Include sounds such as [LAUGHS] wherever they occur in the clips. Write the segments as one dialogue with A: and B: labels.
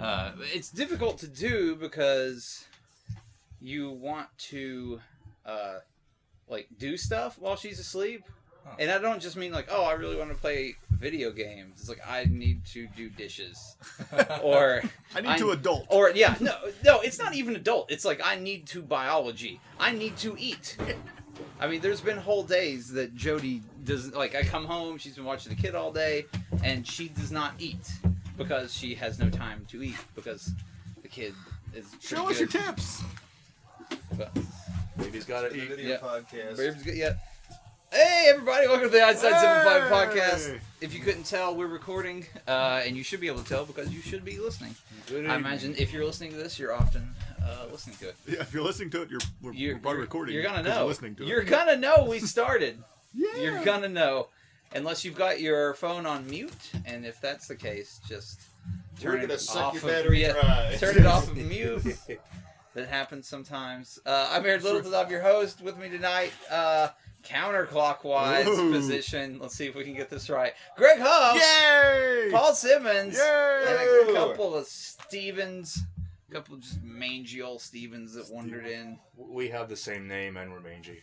A: Uh, it's difficult to do because you want to uh, like do stuff while she's asleep.
B: Oh.
A: And I don't just mean like, oh, I really want to play video games. It's like I need to do dishes or
C: I need
A: I'm-
C: to adult.
A: or yeah, no, no, it's not even adult. It's like I need to biology. I need to eat. I mean, there's been whole days that Jody doesn't like. I come home, she's been watching the kid all day, and she does not eat because she has no time to eat because the kid is.
C: Show
A: pretty
C: us your
A: good.
C: tips.
A: But-
D: Baby's gotta
B: the
D: eat.
B: video
A: yeah.
B: podcast.
A: Braves get- yeah. Hey everybody, welcome to the Outside
C: Hey!
A: 75 podcast. If you couldn't tell, we're recording, uh, and you should be able to tell because you should be listening.
D: Good
A: I imagine if you're listening to this, you're often uh, listening to it.
C: Yeah, if you're listening to it, you're we're,
A: You're,
C: we're probably
A: you're-
C: recording.
A: You're gonna
C: 'cause
A: know.
C: listening to
A: you're
C: it.
A: gonna know
C: [LAUGHS]
A: we started.
C: Yeah.
A: You're gonna know, unless you've got your phone on mute. And if that's the case, just turn
B: We're gonna
A: it
B: suck
A: off
B: your
A: of
B: battery
A: yeah,
B: dry.
A: Turn it
C: [LAUGHS]
A: off of mute. that happens sometimes. Uh, I'm Aaron Littleton. I'm your host. With me tonight, uh, counterclockwise
C: Whoa.
A: position. Let's see if we can get this right. Greg Huff,
C: Yay!
A: Paul Simmons, and
C: Yay!
A: a couple of Stevens, a couple of just mangy old Stevens that wandered in.
D: We have the same name and we're mangy.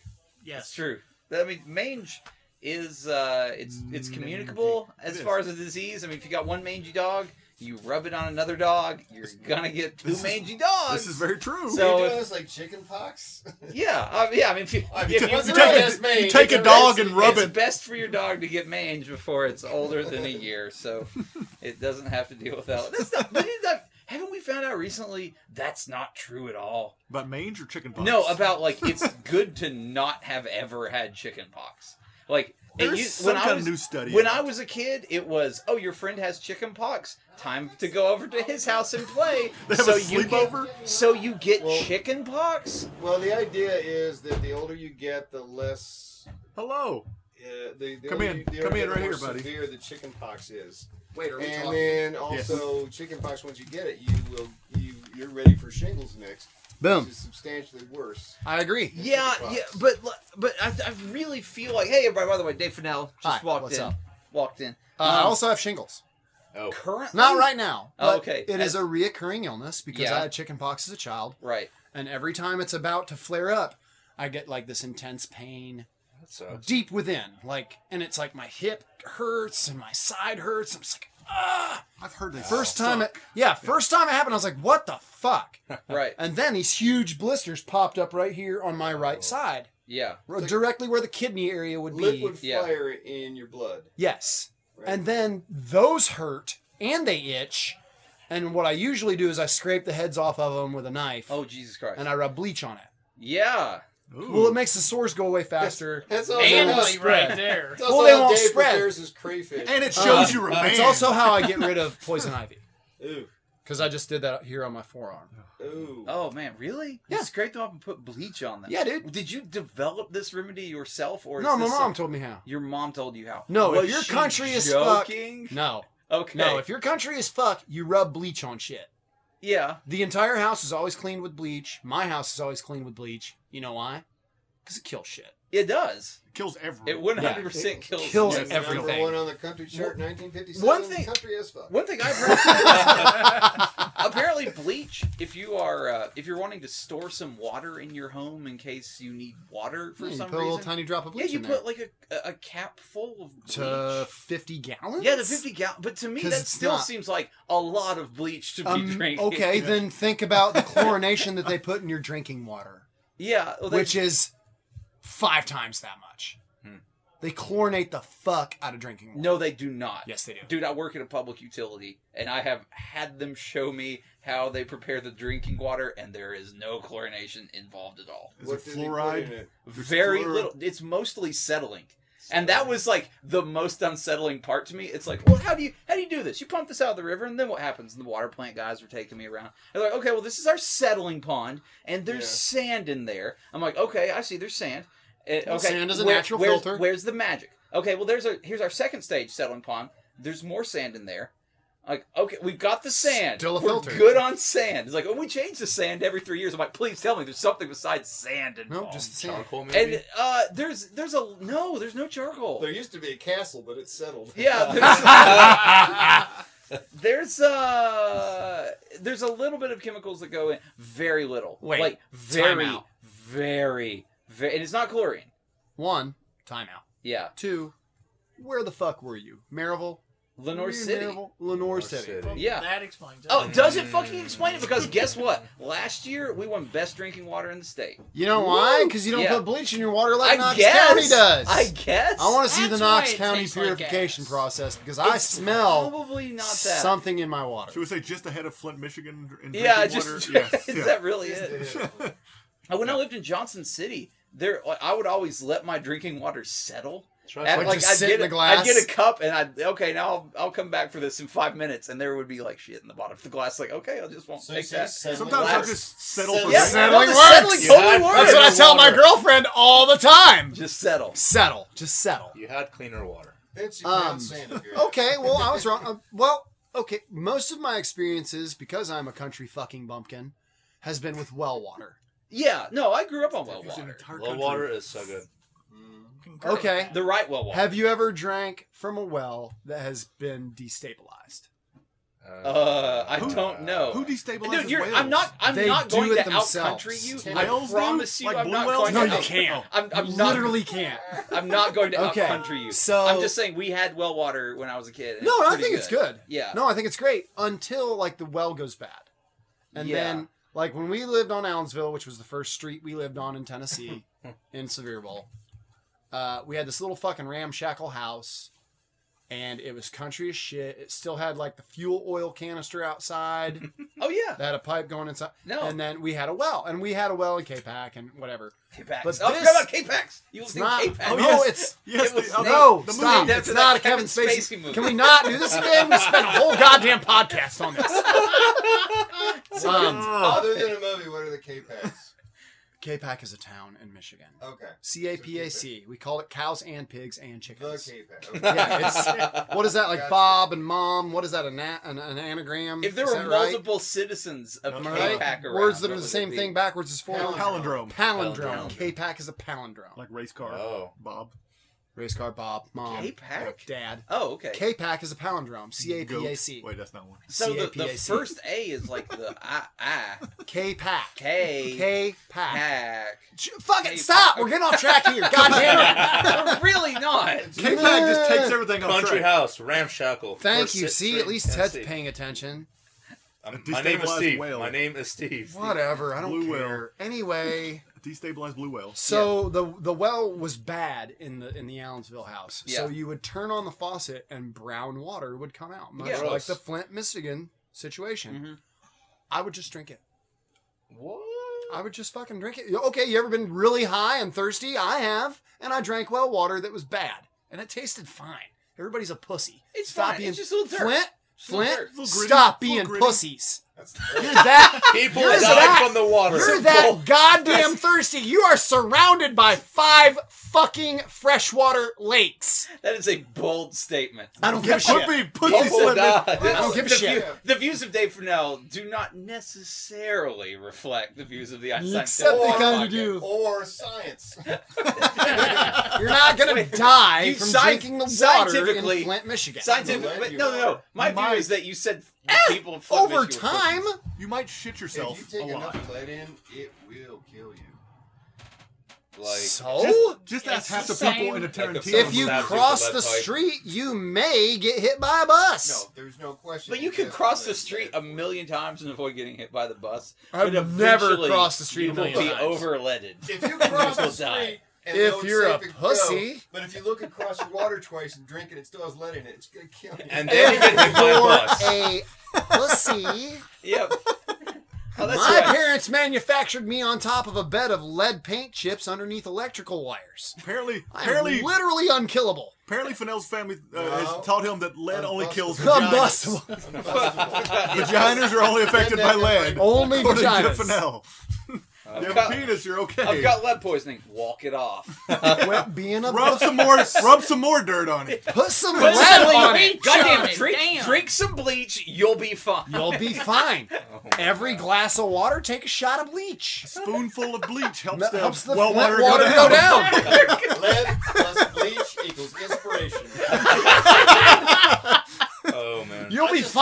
A: That's true. I mean, mange is uh, it's it's communicable as
C: It
A: far
C: is.
A: as a disease. I mean, if you got one mangy dog, you rub it on another dog, you're gonna get two
C: this is-
A: mangy dogs.
C: This is very true.
A: So-
B: Are you
A: if-
B: doing this like chicken pox?
A: yeah, I mean, yeah. I mean, if you,
B: I mean,
A: if
B: it
A: you
B: wasn't
C: take
B: really
C: a-
B: just me.
C: you take a
B: It's
C: dog
B: it's-
C: and rub
A: it's
C: it.
A: best for your dog to get mange before it's older than a year, so it doesn't have to deal with that. That's not. that is not- haven't we found out recently that's not true at all?
C: But mange or chicken pox?
A: No, about like
C: [LAUGHS]
A: it's good to not have ever had chickenpox. Like it
C: There's
A: used-
C: some
A: when I
C: kind
A: was-
C: of new study.
A: When I was a kid, it was, oh, your friend has chicken pox. Time to go over to his house and play.
C: [LAUGHS] They have
A: so
C: a
A: you get,
C: sleepover?
A: so you get
B: Well-
A: chicken pox.
B: Well, the idea is that the older you get, the less.
C: Hello.
B: Uh, the, the
C: Come
B: older
C: in.
B: you- the
C: Come
B: older
C: in
B: you
C: right
B: get, the
C: here,
B: more
C: buddy.
B: Severe the chicken pox is,
E: Wait, are we
B: and
E: talking?
B: then also chicken pox. Once you get it, you will you you're ready for shingles next, which is substantially worse.
E: I agree.
A: Yeah,
B: Chickenpox.
A: yeah, but but I, I really feel like, hey, everybody. By the way, Dave Fennell just
E: Hi,
A: walked
E: what's
A: in.
E: up?
A: Walked in.
E: Uh, I
A: Um,
E: also have shingles.
D: Oh,
A: currently,
E: Not right now.
A: Oh,
E: but
A: okay.
E: It is
A: I-
E: a reoccurring illness because
A: Yeah.
E: I had chickenpox as a child,
A: Right.
E: and every time it's about to flare up, I get like this intense pain
D: that sucks.
E: deep within, like, and it's like my hip hurts and my side hurts. I'm just like, ah.
C: I've heard
A: Oh,
C: that.
E: First time it, yeah, first time it happened, I was like, what the fuck?
A: Right.
E: And then these huge blisters popped up right here on my right
A: Oh.
E: side,
A: Yeah.
E: r- directly where the kidney area would be.
B: Liquid
A: yeah.
B: fire in your blood.
E: Yes.
B: Right.
E: And then those hurt and they itch. And what I usually do is I scrape the heads off of them with a knife
A: Oh Jesus Christ.
E: and I rub bleach on it.
A: yeah.
C: Ooh.
E: Well, it makes the sores go away faster.
B: That's all.
E: And
B: that-
E: the
F: Manly
E: spread.
F: right there.
B: that's
E: well,
B: all
E: they
B: that
E: won't
B: Dave
E: spread.
B: prepares is crayfish.
C: and it shows
E: Uh,
C: you remain.
E: It's also how I get rid of poison ivy
B: Ooh,
E: because I just did that here on my forearm.
B: ooh.
A: Oh man, really?
E: Yeah.
A: You scraped them up and put bleach on them.
E: Yeah, dude.
A: Did you develop this remedy yourself, or is
E: No, my
A: this
E: mom
A: some-
E: told me how.
A: Your mom told you how.
E: No,
A: Was
E: if your
A: she
E: country is fuck-
A: joking?
E: No,
A: Okay.
E: no. If your country is fuck, you rub bleach on shit.
A: yeah.
E: The entire house is always cleaned with bleach. My house is always cleaned with bleach. You know why? Because it kills shit.
A: It does.
C: kills everyone.
A: It 100% kills.
E: Kills
C: Yes.
B: Number
E: everything.
B: one on the country chart, 1957.
A: one thing-
B: country as fuck.
A: One thing I've
E: [LAUGHS]
A: heard uh, apparently bleach if you are uh, if you're wanting to store some water in your home in case you need water [LAUGHS] for
E: Yeah, you
A: some
E: put a little
A: reason.
E: tiny drop of
A: yeah,
E: bleach
A: you
E: in
A: put
E: there.
A: like a, a a cap full of bleach.
E: to 50 gallons?
A: yeah, the 50 gallon. But to me,
E: 'Cause
A: that
E: it's
A: still
E: not-
A: seems like a lot of bleach to be
E: Um,
A: drinking.
E: okay, then think about the chlorination that they put in your drinking water,
A: [LAUGHS] Yeah. [LAUGHS] Well,
E: which is five times that much.
D: Hmm.
E: They chlorinate the fuck out of drinking water.
A: No, they do not.
E: Yes, they do.
A: Dude, I work at a public utility, and I have had them show me how they prepare the drinking water, and there is no chlorination involved at all.
C: Is
B: What
C: it
B: did he put in
C: fluoride?
B: it?
A: Very
C: fluor-
A: little. It's mostly settling. And that was like the most unsettling part to me. It's like, well, how do you how do you do this? You pump this out of the river, and then what happens? And the water plant guys were taking me around. They're like, okay, well, this is our settling pond, and there's
B: Yeah.
A: sand in there. I'm like, okay, I see, there's sand. Eh,
E: Well,
A: okay,
E: Oh, sand is a natural
A: where's,
E: filter.
A: Where's the magic? Okay, well, there's a here's our second stage settling pond. There's more sand in there. Like, okay, we've got the sand.
E: Still a
A: We're
E: filter.
A: good on sand. It's like, oh, we change the sand every three years. I'm like, please tell me there's something besides sand
E: No,
A: involved.
E: just the same.
D: Charcoal, maybe?
A: And uh, there's there's a no, there's no charcoal.
B: [LAUGHS] There used to be a castle, but it's settled.
A: [LAUGHS] Yeah, there's, uh, There's uh there's a little bit of chemicals that go in, very little.
E: Wait,
A: like
E: time
A: very,
E: out.
A: very, very, and it's not chlorine.
E: One, timeout.
A: Yeah,
E: Two, where the fuck were you? Maryville?
A: Lenore City.
E: Maryville? Lenore City.
F: Well,
A: Yeah.
F: That explains it.
A: Oh, does it fucking explain it? Because guess what? Last year we won best drinking water in the state.
E: You know why?
A: Woo!
E: Because you don't
A: Yeah.
E: put bleach in your water like
A: I
E: Knox
A: guess.
E: County does.
A: I guess.
E: want to see the
F: That's
E: Knox
F: why it
E: County
F: tastes like
E: purification
F: gas.
E: process because I
A: It's
E: smell
A: probably not that.
E: something in my
C: Should
E: water.
C: we say just ahead of Flint, Michigan? In
A: [LAUGHS]
C: drinking
A: Yeah,
C: water?
A: just
C: Yes,
A: is
C: yeah.
A: that [LAUGHS] really [LAUGHS] it?
B: Yeah.
A: Uh, When I lived in Johnson City, there I would always let my drinking water settle.
D: Trust
A: At,
D: me.
E: Like,
A: like
E: just
A: I'd
E: sit
A: get,
E: in
A: a,
E: the glass?
A: I'd get a cup and I'd okay now I'll, I'll come back for this in five minutes and there would be like shit in the bottom of the glass like okay I just won't
B: So you
A: take
B: say
A: that.
B: settling
C: Sometimes I
B: water.
C: just settle
B: Settle.
C: for
A: Yeah, no,
C: drinking.
E: Settling
A: the
E: works.
A: settling totally
D: Yeah,
A: works.
E: That's what I tell my
D: Water.
E: girlfriend all the time.
A: Just settle.
E: Settle. Just settle.
D: You had cleaner water.
B: Fancy
E: Um,
B: pound sand here.
E: Okay, well, I was wrong. Uh, well, okay, most of my experiences, because I'm a country fucking bumpkin, has been with well water.
A: Yeah, no, I grew up on well
C: It's an
A: water,
C: entire
D: Low
C: country.
D: water is so good.
B: Mm.
F: Concur.
E: Okay.
A: the right well water.
E: Have you ever drank from a well that has been destabilized?
A: Uh, I don't know.
C: Who destabilizes
A: Dude, you're,
C: whales?
A: I'm not. I'm
E: They
A: not
E: do
A: going
E: it
A: to out country you.
E: themselves.
A: I
C: Whales do?
A: promise you,
C: Like
A: I'm
C: blue
A: not
C: whales?
A: going
C: No,
A: to.
C: you
A: out-
C: can't.
A: I'm, I'm not.
E: literally can't.
A: I'm not going to out
E: Okay,
A: country you.
E: so-
A: I'm just saying we had well water when I was a kid. and
E: No, I
A: pretty
E: think it's good.
A: Yeah.
E: No, I think it's great until like the well goes bad. And
A: Yeah.
E: then like when we lived on Allensville, which was the first street we lived on in [LAUGHS] Tennessee in Sevierville, uh, we had this little fucking ramshackle house and it was country as shit. It still had like the fuel oil canister [LAUGHS] outside
A: Oh yeah.
E: that had a pipe going inside.
A: No.
E: And then we had a well and we had a well in K Pack and whatever.
A: K-Pax.
E: But
A: oh, I
E: this-
A: forgot about K-Pax. You will
E: It's
A: see
E: not
A: K-Pax.
E: Oh,
C: Oh,
E: no,
C: yes.
E: it's
C: Yes,
A: It was
C: the,
A: named-
E: no,
C: the
E: stop.
C: movie-
A: after
E: It's not
A: that
E: a Kevin
A: Kevin
E: Spacey.
A: Spacey movie.
E: Can we not do this again? We spent a whole goddamn podcast on this. [LAUGHS] Um,
C: Ugh.
B: Other than a movie, what are the K-Packs?
E: K-Pac is a town in Michigan.
B: Okay.
E: C A P A C. We call it cows and pigs and
B: The
E: chickens.
B: K-Pack. Okay.
E: Yeah, it's, what is that like?
B: Gotcha.
E: Bob and mom. What is that? An a- an, an anagram?
A: If there
E: Is
A: were
E: that right?
A: multiple citizens of
C: Am I right?
A: K-Pac around,
E: words that are
A: what
E: the
A: would
E: same
A: it be?
E: thing backwards is forwards.
C: palindrome,
E: Palindrome.
A: Palindrome.
E: K-Pac is a palindrome.
C: like race car.
D: Oh.
C: Bob.
E: race car. Bob. Mom.
A: K-Pac.
E: Dad.
A: Oh, okay.
E: K-Pac is a palindrome. C A P A C.
C: Goat. Wait, that's not one.
A: so the, the
E: C-A-P-A-C.
A: first A is like
E: [LAUGHS]
A: the I I
E: K-Pac.
A: K
E: K-Pac.
A: Pac.
E: Ch- Fuck it!
A: K-Pac.
E: Stop! We're getting off track here.
A: [LAUGHS]
E: God damn it!
A: We're really not.
C: K Pack just takes everything off
D: Country
C: track.
D: House, Ramshackle.
E: Thank
D: First
E: you.
D: Sit
E: See,
D: Street,
E: at least Ted's
D: Tennessee.
E: paying attention.
D: I'm-
C: A
D: My name is
C: destabilized
D: Steve.
C: whale.
D: My name is Steve.
E: Whatever. I don't
C: Blue
E: care.
C: whale.
A: [LAUGHS]
E: Anyway,
C: Destabilized blue whale.
E: so the the well was bad in the in the Allensville house. So
A: Yeah.
E: you would turn on the faucet and brown water would come out, much
A: Yeah.
E: like
D: Gross.
E: the Flint, Michigan
A: Mhm.
E: situation. I would just drink it.
D: What?
E: I would just fucking drink it. Okay, you ever been really high and thirsty? I have, and I drank well water that was bad, and it tasted fine. Everybody's a pussy.
A: It's
E: Stop
A: fine.
E: being
A: It's just a little dirt.
E: Flint,
A: It's a little
E: Flint,
A: dirt.
C: Little gritty,
E: stop
C: little
E: being
C: gritty.
E: pussies.
B: That's
E: You're that
D: People
E: You're
D: died
E: that-
D: from the water.
E: You're that goddamn thirsty. You are surrounded by five fucking freshwater lakes.
A: That is a bold statement. [LAUGHS]
E: I don't give
C: Yeah,
E: a
C: put me
E: shit.
C: pussy
A: People
C: slip.
A: died.
E: I don't give
A: Oh the
E: a shit.
A: view- the views of Dave Fennell do not necessarily reflect the views of the Oh, Einstein
E: Except they
A: Center
E: kind
A: Pocket.
E: of do.
B: or science.
E: You're not gonna die
A: You
E: from
A: sci-
E: drinking the water
A: scientifically-
E: in Flint, Michigan.
A: Scientific,
B: Well,
A: but
B: you
A: no, no, no.
B: are.
A: My
C: You
A: view
C: might.
A: is that you said people of Flint,
E: Eh, Over
A: Michigan were
E: time,
C: You might shit yourself
B: if you take
C: a lot.
B: enough lead in, it will kill you.
D: Like,
E: so
C: Just
F: It's
C: ask half
F: the
C: the people
F: same-
C: in Oh, a
D: Like the
C: Tarantino.
E: if you
D: Someone stabs you
E: cross
D: with
E: the
D: that pipe.
E: street, you may get hit by a bus.
B: No, there's no question.
A: But you can
B: Yes,
A: cross
B: lead
A: the
B: is
A: street
B: bad
A: a
B: for you.
A: million times and avoid getting hit by the bus.
E: I've
A: But
E: never
A: eventually,
E: crossed the street
A: You
E: a
A: will
E: million
A: be
E: times. [LAUGHS]
A: overleaded. [LAUGHS]
B: If you cross
A: People
B: the
A: die.
B: street, and
E: If
B: know it's
E: you're a
B: safe to go,
E: pussy.
B: but if you look across your water twice and drink it, it still has lead in it. It's gonna kill you.
D: and then you get hit
E: If
D: by a bus.
E: you're a pussy.
A: Yep. Oh, that's
E: My
A: right.
E: parents manufactured me on top of a bed of lead paint chips underneath electrical wires.
C: Apparently,
E: I'm
C: apparently,
E: literally unkillable.
C: apparently, Fennell's family uh,
B: No.
C: has taught him that lead only
B: Unbustable.
C: [LAUGHS] kills vaginas.
E: Unbustable.
C: Vaginas are [LAUGHS] only affected by lead.
E: Only
C: According to
E: vaginas.
C: Fennell. You
A: I've
C: have
A: got,
C: a penis, you're okay.
A: Uh, I've got lead poisoning. Walk it off.
E: Uh, Quit being a
C: Rub some more. Rub some more dirt on it.
E: Put some
A: Put some
E: lead on
A: bleach
E: it.
A: Goddamn,
F: on it,
A: drink,
F: damn.
A: drink some bleach. You'll be fine.
E: You'll be fine. Every glass of water, take a shot of bleach.
C: Spoonful of bleach helps
E: That
C: the
E: helps the
C: well
E: Flint
C: water,
E: water
C: go
E: go
C: down.
B: [LAUGHS]
E: down.
B: lead plus bleach equals inspiration.
D: [LAUGHS] Oh man.
E: You'll It'll
A: I
E: be
A: just-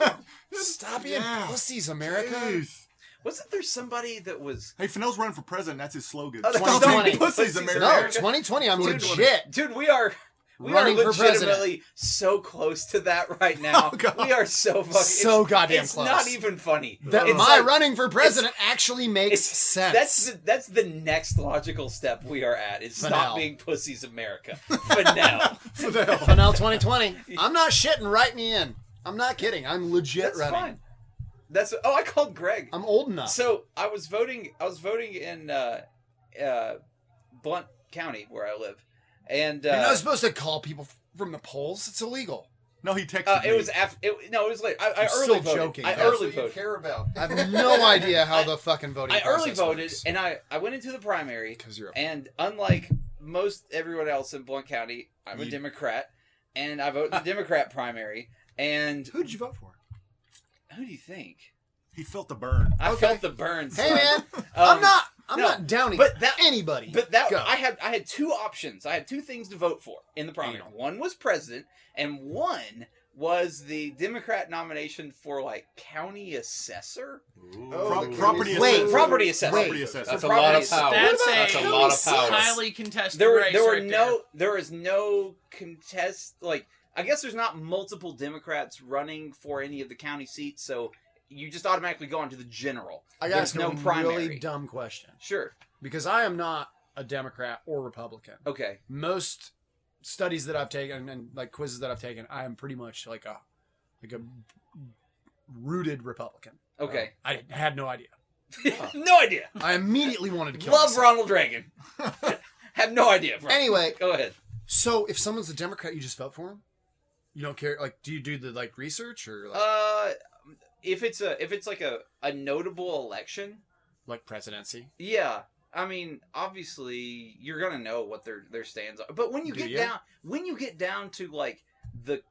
E: fine. Stop being
C: Yeah.
E: pussies, America.
C: Jeez.
A: Wasn't there somebody that was
C: Hey, Fennell's running for president. That's his slogan.
A: Oh, that's
C: Stop
A: so
C: being
A: funny.
C: pussies,
A: Pussies,
E: No,
C: America.
E: 2020. I'm
A: Dude,
E: legit.
A: Dude, we are we
E: Running
A: are
E: for president.
A: legitimately so close to that right now.
C: Oh, God.
A: we are so fucking
E: So
A: it's,
E: goddamn
A: it's
E: close.
A: not even funny.
E: That
A: It's
E: my
A: like-
E: running for president actually makes
A: it's-
E: sense. [LAUGHS]
A: That's the, that's the next logical step we are at. Is
E: Fennel.
A: stop being pussies,
E: [LAUGHS]
A: America. Finale.
C: What the hell?
E: Fennel 2020. I'm not shitting. Write me in. I'm not kidding. I'm legit
A: that's
E: running.
A: fine. That's oh, I called Greg.
E: I'm old enough.
A: So I was voting. I was voting in uh, uh, Blunt County where I live, and uh,
E: You're not supposed to call people f- from the polls. It's illegal.
C: No, he texted
A: uh,
C: me.
A: it was after. It, no, it was late. I, I
E: I'm
A: early
E: still
A: voted.
E: joking.
A: I
E: That's
A: early
B: what you
A: voted.
B: care about.
E: I have no idea how the fucking voting.
A: I early voted, and I I went into the primary,
E: because you're a
A: and unlike most everyone else in Blunt County, I'm a
C: You-
A: Democrat, and I
E: [LAUGHS]
A: vote in the Democrat primary. And
E: Who did you vote for?
A: who do you think?
C: He felt the burn.
A: I
E: Okay.
A: felt the burn.
E: Hey
A: son.
E: man,
A: Um,
E: I'm not. I'm
A: no,
E: not downing
A: but that-
E: anybody.
A: But that
E: Go.
A: I had I had two options. I had two things to vote for in the primary.
E: Anal.
A: One was president, and one was the Democrat nomination for like county assessor.
C: Pro-
B: the
C: property
B: county
E: Wait,
C: assessor.
A: property assessor.
C: Property
E: Wait.
C: assessor.
D: That's
A: For
D: a lot
A: property
D: of power.
F: That's a,
D: That's a lot of power.
F: highly contested
A: There were
F: race
A: there were
F: right
A: no there is no contest like I guess there's not multiple Democrats running for any of the county seats, so you just automatically go on to the general.
E: I got
A: There's
E: no
A: no
E: a really
A: primary.
E: dumb question
A: Sure.
E: because I am not a Democrat or Republican.
A: Okay.
E: Most studies that I've taken and like quizzes that I've taken, I am pretty much like a like a rooted Republican.
A: Okay.
E: I had no idea.
A: [LAUGHS] no idea.
E: I immediately wanted to kill.
A: Love
E: myself.
A: Ronald Reagan. Have no idea. Bro.
E: Anyway,
A: Go ahead.
E: so if someone's a Democrat, you just vote for him. You don't care. Like, do you do the like research or like,
A: Uh, if it's a if it's like a a notable election,
E: like presidency?
A: yeah. I mean, obviously you're gonna know what their their stands are, but when you
E: Do
A: get
E: you?
A: down when you get down to like the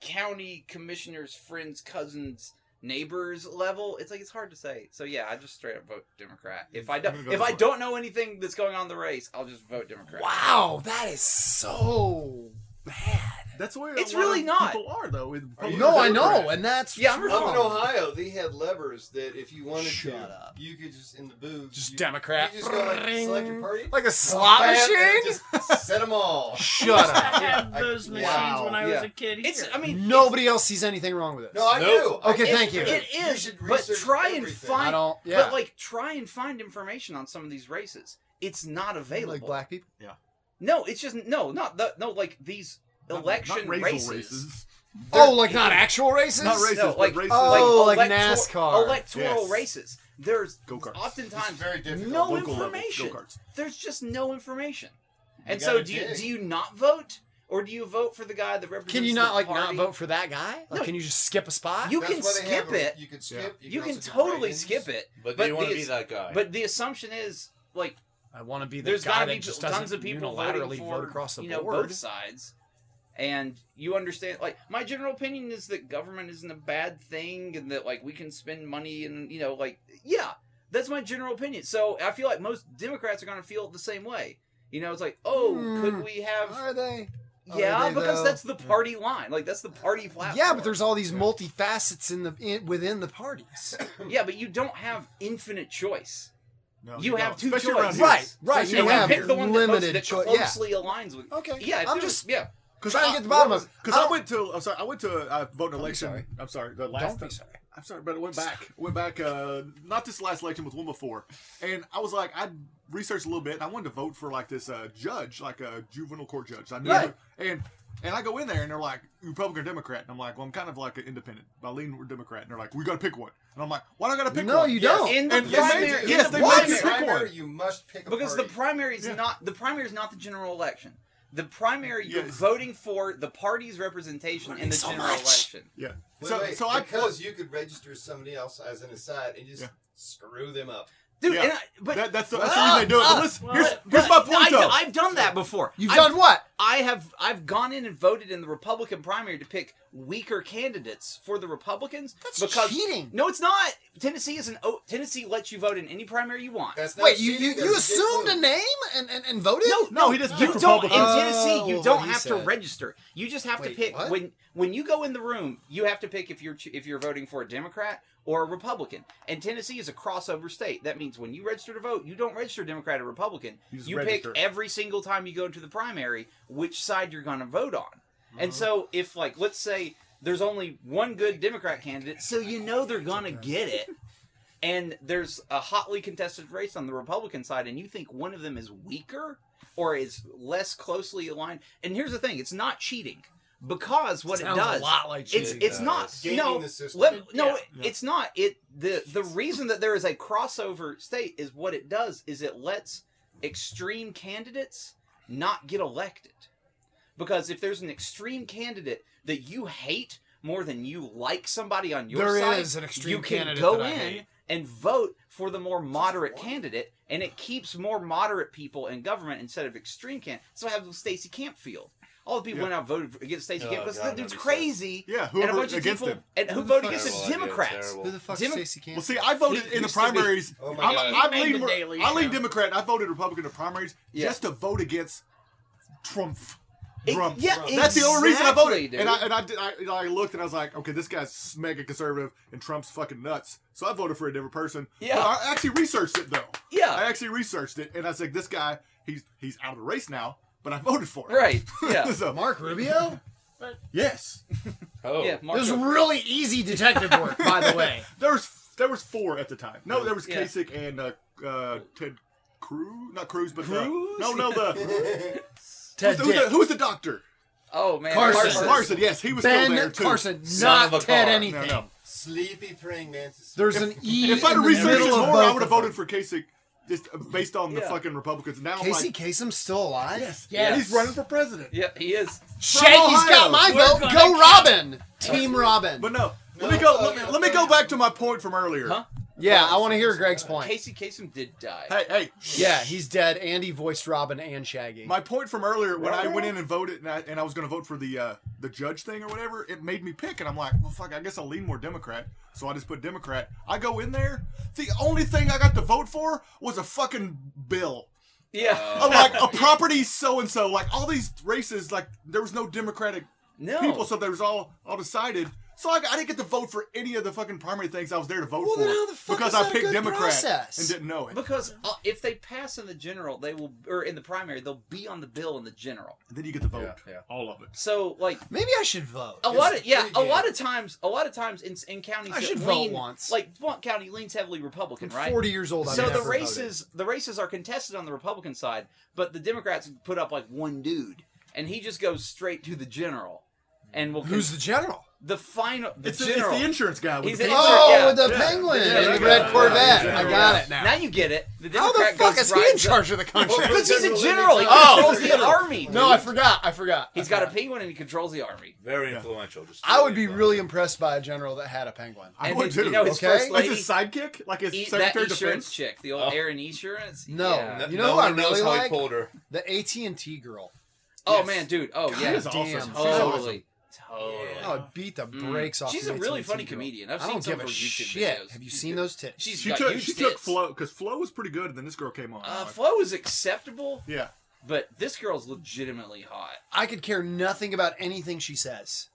A: county commissioner's friends, cousins, neighbors level, it's like it's hard to say. So yeah, I just straight up vote Democrat. If I
C: I'm
A: don't
C: gonna go
A: if I
C: Democrat.
A: don't know anything that's going on in the race, I'll just vote Democrat.
E: Wow, that is so bad.
C: That's where
A: It's
C: a lot
A: really
C: of
A: not.
C: People are though. with
A: Oh,
B: Are you
E: No,
B: a
E: I know,
B: Democrat?
E: and that's
A: Yeah, I'm a
B: Up in
A: Oh.
B: Ohio, they had levers that if you wanted
E: Shut
B: to,
E: up.
B: you could just in the booth.
E: just
B: you,
E: Democrat.
B: You just go like, select your party.
E: Like a slot
B: Bam,
E: machine.
B: and Just set them all.
E: Shut
F: [LAUGHS] there. I
E: up.
F: had
B: I-
F: those machines
C: wow.
F: when I was
A: Yeah.
F: a kid. Here.
A: It's [LAUGHS] I mean
E: Nobody else sees anything wrong with this.
B: No, I
D: Nope.
B: do. I
E: Okay,
B: do.
E: thank you.
A: it is,
B: should
A: but
B: research
A: try and
B: everything.
A: find-
E: I don't. Yeah,
A: But like, try and find information on some of these races. It's not available.
E: like black people.
A: No, it's just no, not the no, like these
C: Not-
A: election
C: not racial
A: races.
E: Oh, like not actual races.
C: Not races,
A: No, like-
C: but races.
E: Oh, like
A: elector-
E: NASCAR.
A: electoral
C: Yes.
A: races. There's
C: Go-karts.
B: It's
A: oftentimes
B: very difficult.
A: no
C: Local level,
A: information.
C: go-karts.
A: There's just no information. And
B: You
A: so,
B: gotta
A: do you
B: dig.
A: do you not vote, or do you vote for the guy that represents?
E: Can you not
A: the
E: like
A: party?
E: not vote for that guy? Like,
A: No.
E: can you just skip a spot?
A: You
B: That's
A: can
B: why they have
A: skip
B: a-
A: it.
B: You can skip.
A: You can
B: also do
A: totally
B: ratings.
A: skip it.
D: But,
A: But
D: do you want to
A: the-
D: be that guy?
A: But the assumption is like
E: I want to be the
A: there's
E: guy
A: got to be
E: that just doesn't
A: tons of people
E: unilaterally
A: voting
E: vote
A: for
E: across the
A: you know
E: board.
A: both sides, and you understand. Like my general opinion is that government isn't a bad thing, and that like we can spend money, and you know, like yeah, that's my general opinion. So I feel like most Democrats are going to feel the same way. You know, it's like oh,
E: Hmm.
A: could we have?
E: Are they? Are
A: yeah,
E: they,
A: because
E: though?
A: that's the party line. Like that's the party platform.
E: Yeah, but there's all these multifacets in the in, within the
A: [LAUGHS]
E: parties.
A: yeah, but you don't have infinite choice.
C: No,
A: You have
C: don't.
A: two
C: Especially
A: choices.
C: around here.
E: right, right.
A: So
E: You
A: you
E: have
A: pick the one that, most,
E: limited
A: that
E: choice. Yeah.
A: closely aligns with.
E: Okay.
A: Yeah, if
E: I'm
A: there was-
E: just
A: yeah.
E: Cause I get to the bottom of.
C: Because I went to, I'm sorry, I went to a uh, vote an election.
E: sorry.
C: I'm sorry, the
E: Don't
C: last.
E: be sorry.
C: I'm sorry, but it went back. Went back. Uh, not this last election, but the one before. And I was like, I researched a little bit, and I wanted to vote for like this uh, judge, like a juvenile court judge. I knew,
E: Right.
C: and and I go in there, and they're like Republican or Democrat, and I'm like, well, I'm kind of like an independent. I lean Democrat, and they're like, we got to pick one, and I'm like, why do I got to pick
E: No,
C: one?
E: you
A: Yes,
E: don't.
A: in the
C: And yes,
A: primary.
C: they do.
A: in
C: Yes,
A: the
C: they
B: Why
C: make
B: in
C: you
B: the
A: primary-
C: pick
B: primary,
C: one.
B: you must pick a
A: because the
B: party.
A: primary is
C: Yeah.
A: not the primary is not the general election. The primary you're
C: Yes.
A: voting for the party's representation in the general election.
C: Yeah.
B: Wait,
C: so
B: wait,
C: so I
B: because you could register somebody else as an aside and just
C: Yeah.
B: screw them up.
A: Dude,
C: Yeah.
A: and I, but
C: that, that's the, that's the reason they do it. But listen,
F: Well,
C: here's,
F: but-
C: here's my point
A: uh, I,
C: though.
A: have done that before.
E: You've
A: I've-
E: done what?
A: I have. I've gone in and voted in the Republican primary to pick weaker candidates for the Republicans
E: That's
A: because
E: cheating.
A: no, it's not. Tennessee is an o- Tennessee lets you vote in any primary you want.
B: That's not
E: Wait, you,
B: cheating,
E: you,
B: that's
E: you
B: a
E: assumed a
B: dick move.
E: name and, and, and voted?
A: No,
C: No, he doesn't
A: You
C: pick
A: don't in
C: Republicans.
A: Tennessee.
E: Oh,
A: You
E: what
A: don't
E: he
A: have
E: said.
A: to register. You just have
E: Wait,
A: to pick
E: what?
A: when when you go in the room. You have to pick if you're cho- if you're voting for a Democrat or a Republican. And Tennessee is a crossover state. That means when you register to vote, you don't register Democrat or Republican. You,
C: You just
A: pick
C: register.
A: every single time you go to the primary which side you're going to vote on. And so if like let's say there's only one good Democrat candidate, so you know they're going to get it. And there's a hotly contested race on the Republican side, and you think one of them is weaker or is less closely aligned. And here's the thing: it's not cheating because what
E: Sounds
A: it does,
E: a lot like
A: it's
E: cheating.
A: it's not
B: Gaming
A: no
B: the system.
A: let, no
E: Yeah.
A: it- it's not it the the reason that there is a crossover state is what it does is it lets extreme candidates not get elected because if there's an extreme candidate that you hate more than you like somebody on your
E: There
A: side
E: is an extreme
A: you can
E: candidate
A: go
E: that I
A: in
E: hate.
A: and vote for the more moderate
B: one.
A: candidate and it keeps more moderate people in government instead of extreme candidates so i have Stacey Campfield all the people
C: Yeah.
A: went out and voted against Stacey
D: Oh,
A: Campfield because
D: God,
A: that dude's
D: that'd be
A: crazy
C: Yeah,
A: and a
C: whoever
A: bunch of
C: against
A: people
C: him.
A: and who
E: Who the
A: voted
E: fuck
A: against
E: is-
A: the
D: Terrible idea,
A: Democrats.
D: terrible.
E: Who the fuck
A: Demo-
E: is Stacey Campbell?
C: Well, see, I voted
A: He
C: in the
A: used to be-
C: primaries.
B: Oh my
C: I'm,
B: God.
C: I'm
E: He made
C: leaning,
E: the
C: re-
E: Daily
C: I lean
E: Show.
C: Democrat. and I voted Republican in the primaries
A: Yeah.
C: just to vote against Trump.
A: It-
C: Trump.
A: yeah,
C: That's the only reason I voted.
A: exactly,
C: And I
A: dude.
C: and I, did, I and I looked and I was like, okay, this guy's mega conservative and Trump's fucking nuts. So I voted for a different person.
A: Yeah.
C: But I actually researched it though. I
A: [LAUGHS] Yeah,
C: actually researched it and I said, this guy, he's he's out of the race now, but I voted for [LAUGHS] him.
A: right. Yeah,
C: so,
E: Mark Rubio?
C: yes,
D: Oh,
A: yeah. [LAUGHS]
E: It
A: Mark
E: was
A: Zuckerberg.
E: really easy detective work, by
A: [LAUGHS]
E: the way.
C: there was there was four at the time. No, there was
A: Yeah.
C: Kasich and uh, uh, Ted Cruz, not Cruz, but
A: Cruz?
C: The, no, no, the
E: Ted
C: who's, the,
E: Dick.
C: who's the doctor?
A: oh man,
E: Carson.
C: Carson. yes, he was still there
E: Ben
C: too.
E: Carson,
D: Son
E: not
D: of a
E: Ted
D: car.
C: No,
E: anything.
C: no.
B: [LAUGHS] Sleepy praying mantis.
E: There's an E.
C: If I'd
E: in
C: have
E: the
C: researched it
E: middle of
C: more, I would have
E: both of them.
C: voted for Kasich just based on the
A: Yeah.
C: fucking Republicans. Now
E: Casey
C: I'm like,
E: Kasem's still alive?
C: yes,
A: Yes.
C: he's running for president.
A: Yeah, he is.
E: Shit, he's got my
C: We're
E: vote.
F: gonna
E: Go
F: count.
E: Robin.
A: [LAUGHS]
E: Team Robin.
C: But no,
B: No,
C: let me go.
B: no,
C: Let me,
B: no,
C: let me
B: no.
C: go back to my point from earlier.
A: Huh?
E: yeah, I want to hear Greg's point.
A: Casey Kasem did die.
C: Hey, hey,
E: Yeah, he's dead. And he voiced Robin and Shaggy.
C: my point from earlier when I
B: Right.
C: went in and voted and I, and I was going to vote for the uh, the judge thing or whatever, it made me pick, and I'm like, well, fuck, I guess I'll lean more Democrat. So I just put Democrat. I go in there. The only thing I got to vote for was a fucking bill.
A: Yeah,
C: Uh, like a property so and so. Like all these races, like there was no Democratic
A: no.
C: people, so they was all all decided. So I, I didn't get to vote for any of the fucking primary things I was there to vote
E: Well,
C: for
E: then how the fuck
C: because
E: is
C: I
E: that a
C: picked
E: good
C: Democrat
E: process?
C: and didn't know it.
A: because uh, if they pass in the general, they will, or in the primary, they'll be on the bill in the general.
C: And then you get to vote
D: Yeah, yeah.
C: all of it.
A: So, like,
E: Maybe I should vote.
A: a lot of yeah, a
B: pregame.
A: lot of times, a lot of times in, in counties
E: I
A: that
E: should vote
A: lean,
E: once.
A: like Blount County leans heavily Republican,
E: I'm
A: right?
E: 40 years old. I've
A: so the
E: never voted.
A: races the races are contested on the Republican side, but the Democrats put up like one dude, and he just goes straight to the general, and will
E: Who's the general?
A: the final the
C: It's,
A: general.
C: it's the insurance guy. With
A: He's
C: the
A: an
C: big-
A: insurance-
E: Oh,
A: yeah.
E: with the
C: Yeah.
E: penguin
C: Yeah,
E: and the
C: yeah,
E: red
C: yeah,
E: Corvette.
C: yeah,
E: I got
C: yeah.
E: it now.
A: now you get it. The
E: How the
A: Democrat
E: fuck
A: goes
E: is he in
A: rides
E: charge of the country?
A: Because he's a general. He
E: Oh.
A: controls the army.
E: [LAUGHS] No, I forgot. I forgot. I
A: He's got a
E: forgot.
A: penguin and he controls the army.
D: very influential. Just
E: I would be
D: influential.
A: Mm.
E: really impressed by a general that had a penguin.
C: I
A: and
C: would
A: his,
C: too.
A: You know, his
E: Okay.
A: first
C: like
A: lady,
C: his sidekick, like his
A: e- that
C: secretary of
A: insurance
C: defense.
A: chick, the
D: Oh.
A: old Erin Insurance.
E: No.
A: Yeah.
E: You know who
D: one
E: I
D: knows
E: really
D: how he
E: like?
D: pulled her.
E: The AT and T girl.
A: Oh
C: Yes.
A: man, dude. Oh
C: God,
A: yeah.
C: is awesome.
E: damn.
C: She's awesome.
A: Totally. Totally.
F: Yeah.
E: Oh, it beat the
A: Mm.
E: brakes off.
A: She's
E: the
A: a really
E: AT&T
A: funny
E: girl.
A: comedian. I've
E: I
A: seen
E: don't
A: some
E: give
A: of
E: a
A: her YouTube
E: shit.
A: videos.
E: Have you
A: She's
E: seen
A: good.
E: those tits?
A: She's
C: She
A: got
C: took
A: huge
C: she took
A: tits.
C: Flo because Flo was pretty good, and then this girl came on.
A: Uh,
C: Like,
A: Flo is acceptable,
C: yeah,
A: but this girl's legitimately hot.
E: I could care nothing about anything she says.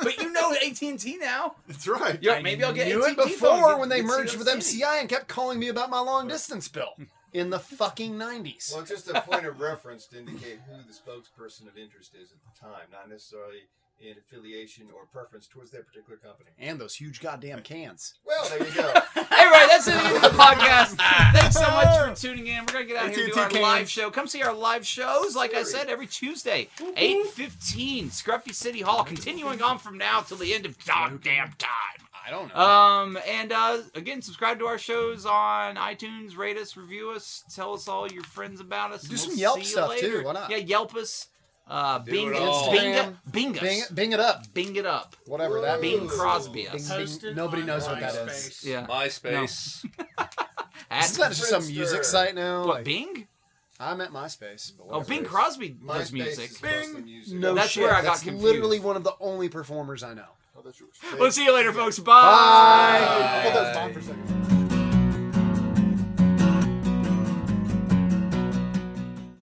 A: But you know AT and T
E: [LAUGHS]
A: now.
C: that's right.
A: Yo, maybe I'll get
E: knew
A: AT&T
E: it
A: phone,
E: before
A: get-
E: when they
A: get
E: merged
A: CNC.
E: with MCI and kept calling me about my long distance bill in the fucking nineties.
B: Well, just a point of reference to indicate who the spokesperson of interest is at the time, not necessarily in affiliation or preference towards that particular company.
E: And those huge goddamn cans.
B: Well, there you go.
A: Anyway, that's the end of
E: [LAUGHS]
A: the podcast. Thanks so much for tuning in. We're gonna get out here and do our
C: AT&T
A: live
C: cans.
A: show. Come see our live shows, like I said, every Tuesday, eight fifteen, Scruffy City Hall. Continuing on from now till the end of goddamn time.
E: I don't know.
A: Um, and uh, again, subscribe to our shows on iTunes. Rate us, review us, tell us all your friends about us.
E: Do
A: and
E: some
A: we'll
E: Yelp
A: see you
E: stuff, too.
A: later.
E: Why not?
A: Yeah, Yelp us. Uh,
D: Do
A: Bing,
D: it
A: it
D: all.
A: Bing, Bing us.
E: Bing, bing it up.
A: Bing it up.
E: [LAUGHS] Whatever that
A: Bing
E: means. uh,
B: Ooh.
A: Crosby
E: Bing,
A: us.
E: bing. Nobody knows what that is.
A: Yeah.
D: MySpace.
A: At,
E: Isn't that just some
B: Friendster.
E: music site now?
A: what,
E: Like,
A: Bing?
E: I'm at MySpace.
A: Oh, Bing Crosby does
B: MySpace
A: music.
B: is mostly
C: Bing.
B: music.
A: That's where I got
E: That's
A: confused.
E: literally one of the only performers I know.
C: Oh, that's yours.
A: We'll see you later, folks.
E: Bye.
A: uh,
C: I thought that was Don for a second.